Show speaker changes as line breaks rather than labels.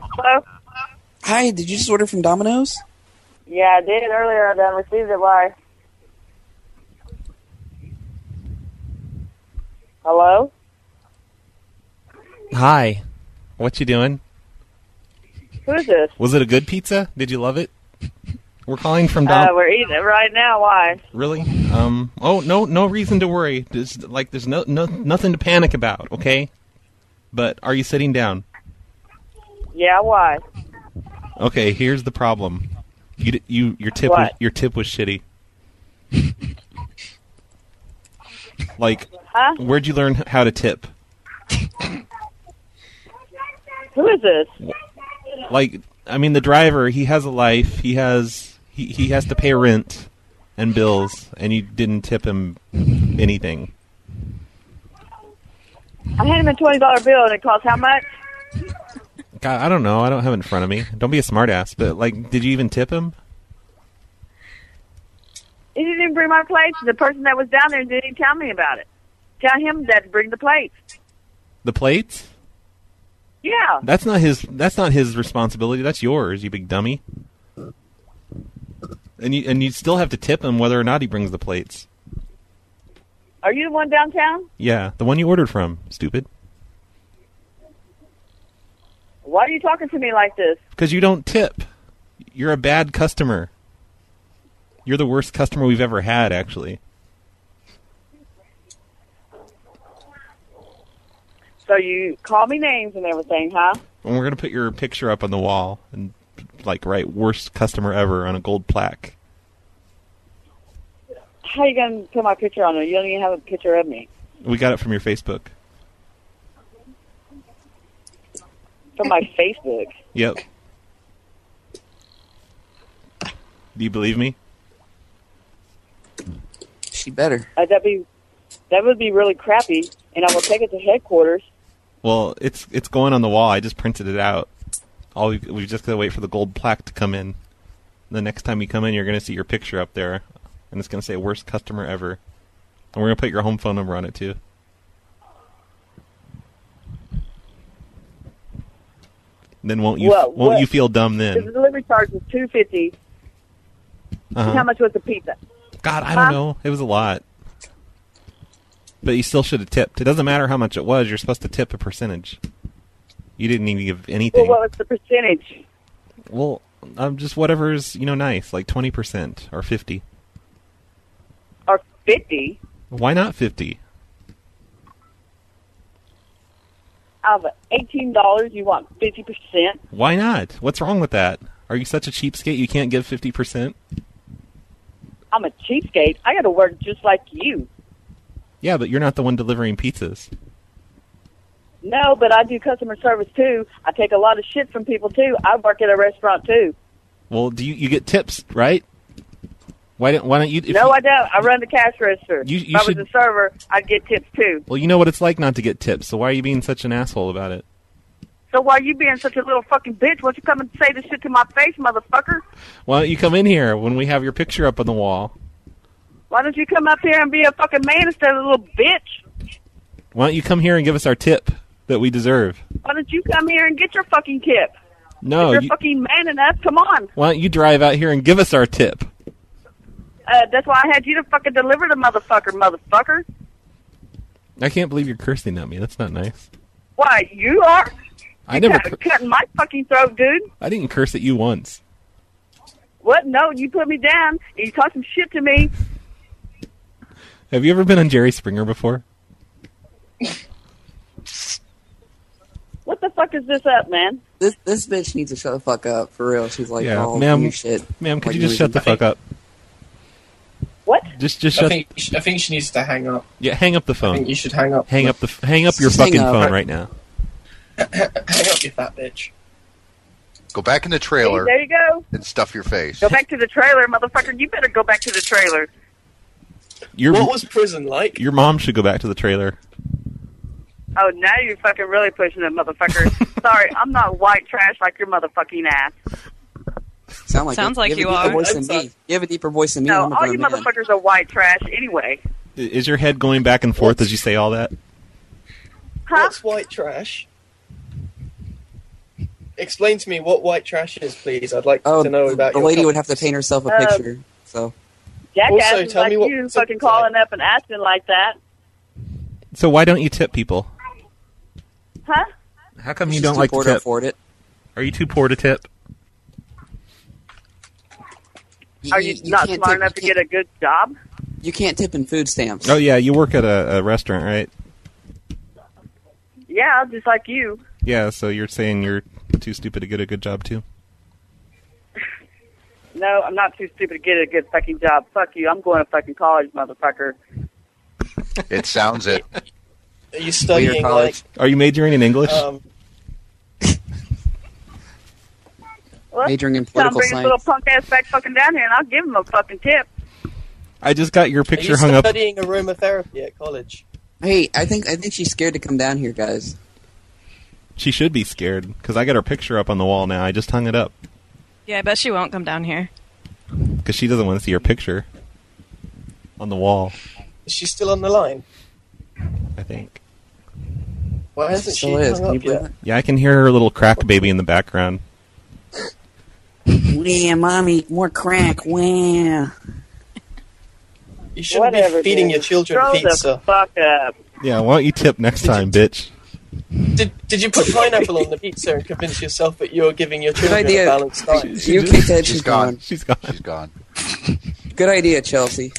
Hello?
Hi, did you just order from Domino's?
Yeah, I did earlier. I done received it. Why? Hello?
Hi. What you doing?
Who is this?
Was it a good pizza? Did you love it? We're calling from Dom.
Uh, we're eating it right now. Why?
really? Um. Oh no, no reason to worry. There's like there's no, no nothing to panic about. Okay. But are you sitting down?
Yeah, why?
Okay. Here's the problem. You d- you your tip was,
What?
your tip was shitty. like,
Huh?
where'd you learn how to tip?
Who is this?
like I mean the driver he has a life he has he, he has to pay rent and bills and you didn't tip him anything
I handed him a twenty dollar bill and it cost how much?
God I don't know I don't have it in front of me don't be a smartass but like did you even tip him
He didn't even bring my plates. The person that was down there didn't even tell me about it. Tell him that to bring the plates.
the plates
Yeah.
that's not his that's not his responsibility that's yours you big dummy and you and you still have to tip him whether or not he brings the plates
Are you the one downtown?
yeah the one you ordered from stupid
Why are you talking to me like this?
because you don't tip you're a bad customer you're the worst customer we've ever had actually
So you call me names and everything, huh?
And we're gonna put your picture up on the wall and like write worst customer ever on a gold plaque.
How you gonna put my picture on there? You don't even have a picture of me.
We got it from your Facebook.
From my Facebook.
Yep. Do you believe me?
She better.
Uh, that'd be that would be really crappy and I will take it to headquarters.
Well, it's it's going on the wall. I just printed it out. All we we just gotta wait for the gold plaque to come in. The next time you come in, you're gonna see your picture up there, and it's gonna say worst customer ever. And we're gonna put your home phone number on it too. Then won't you
Well,
won't
what-
you feel dumb
The
then?
delivery charge was two fifty.
Uh-huh.
How much was the pizza?
God, I
Huh?
don't know. It was a lot. But you still should have tipped. It doesn't matter how much it was. You're supposed to tip a percentage. You didn't even give anything.
Well, what was the percentage?
Well, um, just whatever's you know nice, like twenty percent or fifty.
Or fifty?
Why not fifty?
Out of eighteen dollars you want fifty percent.
Why not? What's wrong with that? Are you such a cheapskate you can't give fifty percent?
I'm a cheapskate. I gotta work just like you.
Yeah, but you're not the one delivering pizzas.
No, but I do customer service too. I take a lot of shit from people too. I work at a restaurant too.
Well, do you you get tips right? Why don't Why don't you? If
no,
you,
I don't. I run the cash register.
You- you
if I
should-
was a server, I'd get tips too.
Well, you know what it's like not to get tips. So why are you being such an asshole about it?
So why you being such a little fucking bitch? Why don't you come and say this shit to my face, motherfucker?
Why don't you come in here when we have your picture up on the wall?
Why don't you come up here and be a fucking man instead of a little bitch?
Why don't you come here and give us our tip that we deserve?
Why don't you come here and get your fucking tip?
No,
You're
Oh, you,
fucking man enough. Come on.
why don't you drive out here and give us our tip?
Uh, that's why I had you to fucking deliver the motherfucker, motherfucker.
I can't believe you're cursing at me. That's not nice.
Why you are?
I never.
cut-
cur-
cutting my fucking throat, dude.
I didn't curse at you once.
What? No, you put me down and you talk some shit to me.
Have you ever been on Jerry Springer before?
What the fuck is this up, man?
This this bitch needs to shut the fuck up for real. She's like
Yeah,
all
ma'am.
new shit.
Ma'am, could
Like,
you just
really
shut the fuck up?
What?
Just, just
I
shut.
think I think she needs to hang up.
Yeah, hang up the
I think
phone.
you should hang up.
Hang up the. f- Hang up your
Just
fucking
hang up.
phone right now.
Hang up, you fat bitch.
Go back in the
See,
trailer
there you go.
and stuff your face.
Go back to the trailer, motherfucker. You better go back to the trailer.
Your
What was prison like?
your mom should go back to the trailer.
Oh, now you're fucking really pushing it, motherfucker. Sorry, I'm not white trash like your motherfucking ass.
Sound like
Sounds like
you,
you
have a deeper
are.
voice than
That's
me. You have a deeper voice than me.
No,
I'm a
all you
grown man.
motherfuckers are white trash anyway.
I- Is your head going back and forth as you say all that?
Huh?
What's white trash? explain to me what white trash is, please. I'd like
Oh,
to know
the
about your
lady would have
topics.
to paint herself a
Uh,
picture. So
Jackass
Also,
is
tell
like
me what-
you fucking calling up and asking like that.
So why don't you tip people?
Huh?
How come
she's
you don't
too
like
poor
to tip?
afford it.
Are you too poor to tip?
Are you, not
can't
smart
tip-
enough
you
to get a good job?
can't- You can't tip in food stamps.
Oh yeah, you work at a, a restaurant, right?
Yeah, just like you.
Yeah, so you're saying you're too stupid to get a good job too.
No, I'm not too stupid to get a good fucking job. Fuck you. I'm going to fucking college, motherfucker.
It sounds it.
Are you studying like
college.
Are you majoring in English?
um,
Well,
Majoring in
tell him
political
bring his
science.
little punk ass back fucking down here, and I'll give him a fucking tip.
I just got your
are
picture
you
hung up.
studying aromatherapy at college?
Hey, I think I think she's scared to come down here, guys.
She should be scared because I got her picture up on the wall now. I just hung it up
Yeah, I bet she won't come down here.
because she doesn't want to see her picture on the wall.
Is she still on the line?
I think.
Why
She
hasn't she
still is.
hung
Can you
up
believe
yet?
Yeah, I can hear her little crack baby in the background.
it? Wham, mommy, more crack. Wham.
You shouldn't
Whatever,
be feeding
dude.
your children
Grow the
pizza.
fuck up.
Yeah, why don't you tip next time, bitch?
Did, did you put pineapple on the pizza and convince yourself that you're giving your children
idea.
a balanced diet?
You okay, Ted?
She's gone.
She's gone.
She's gone.
Good idea, Chelsea.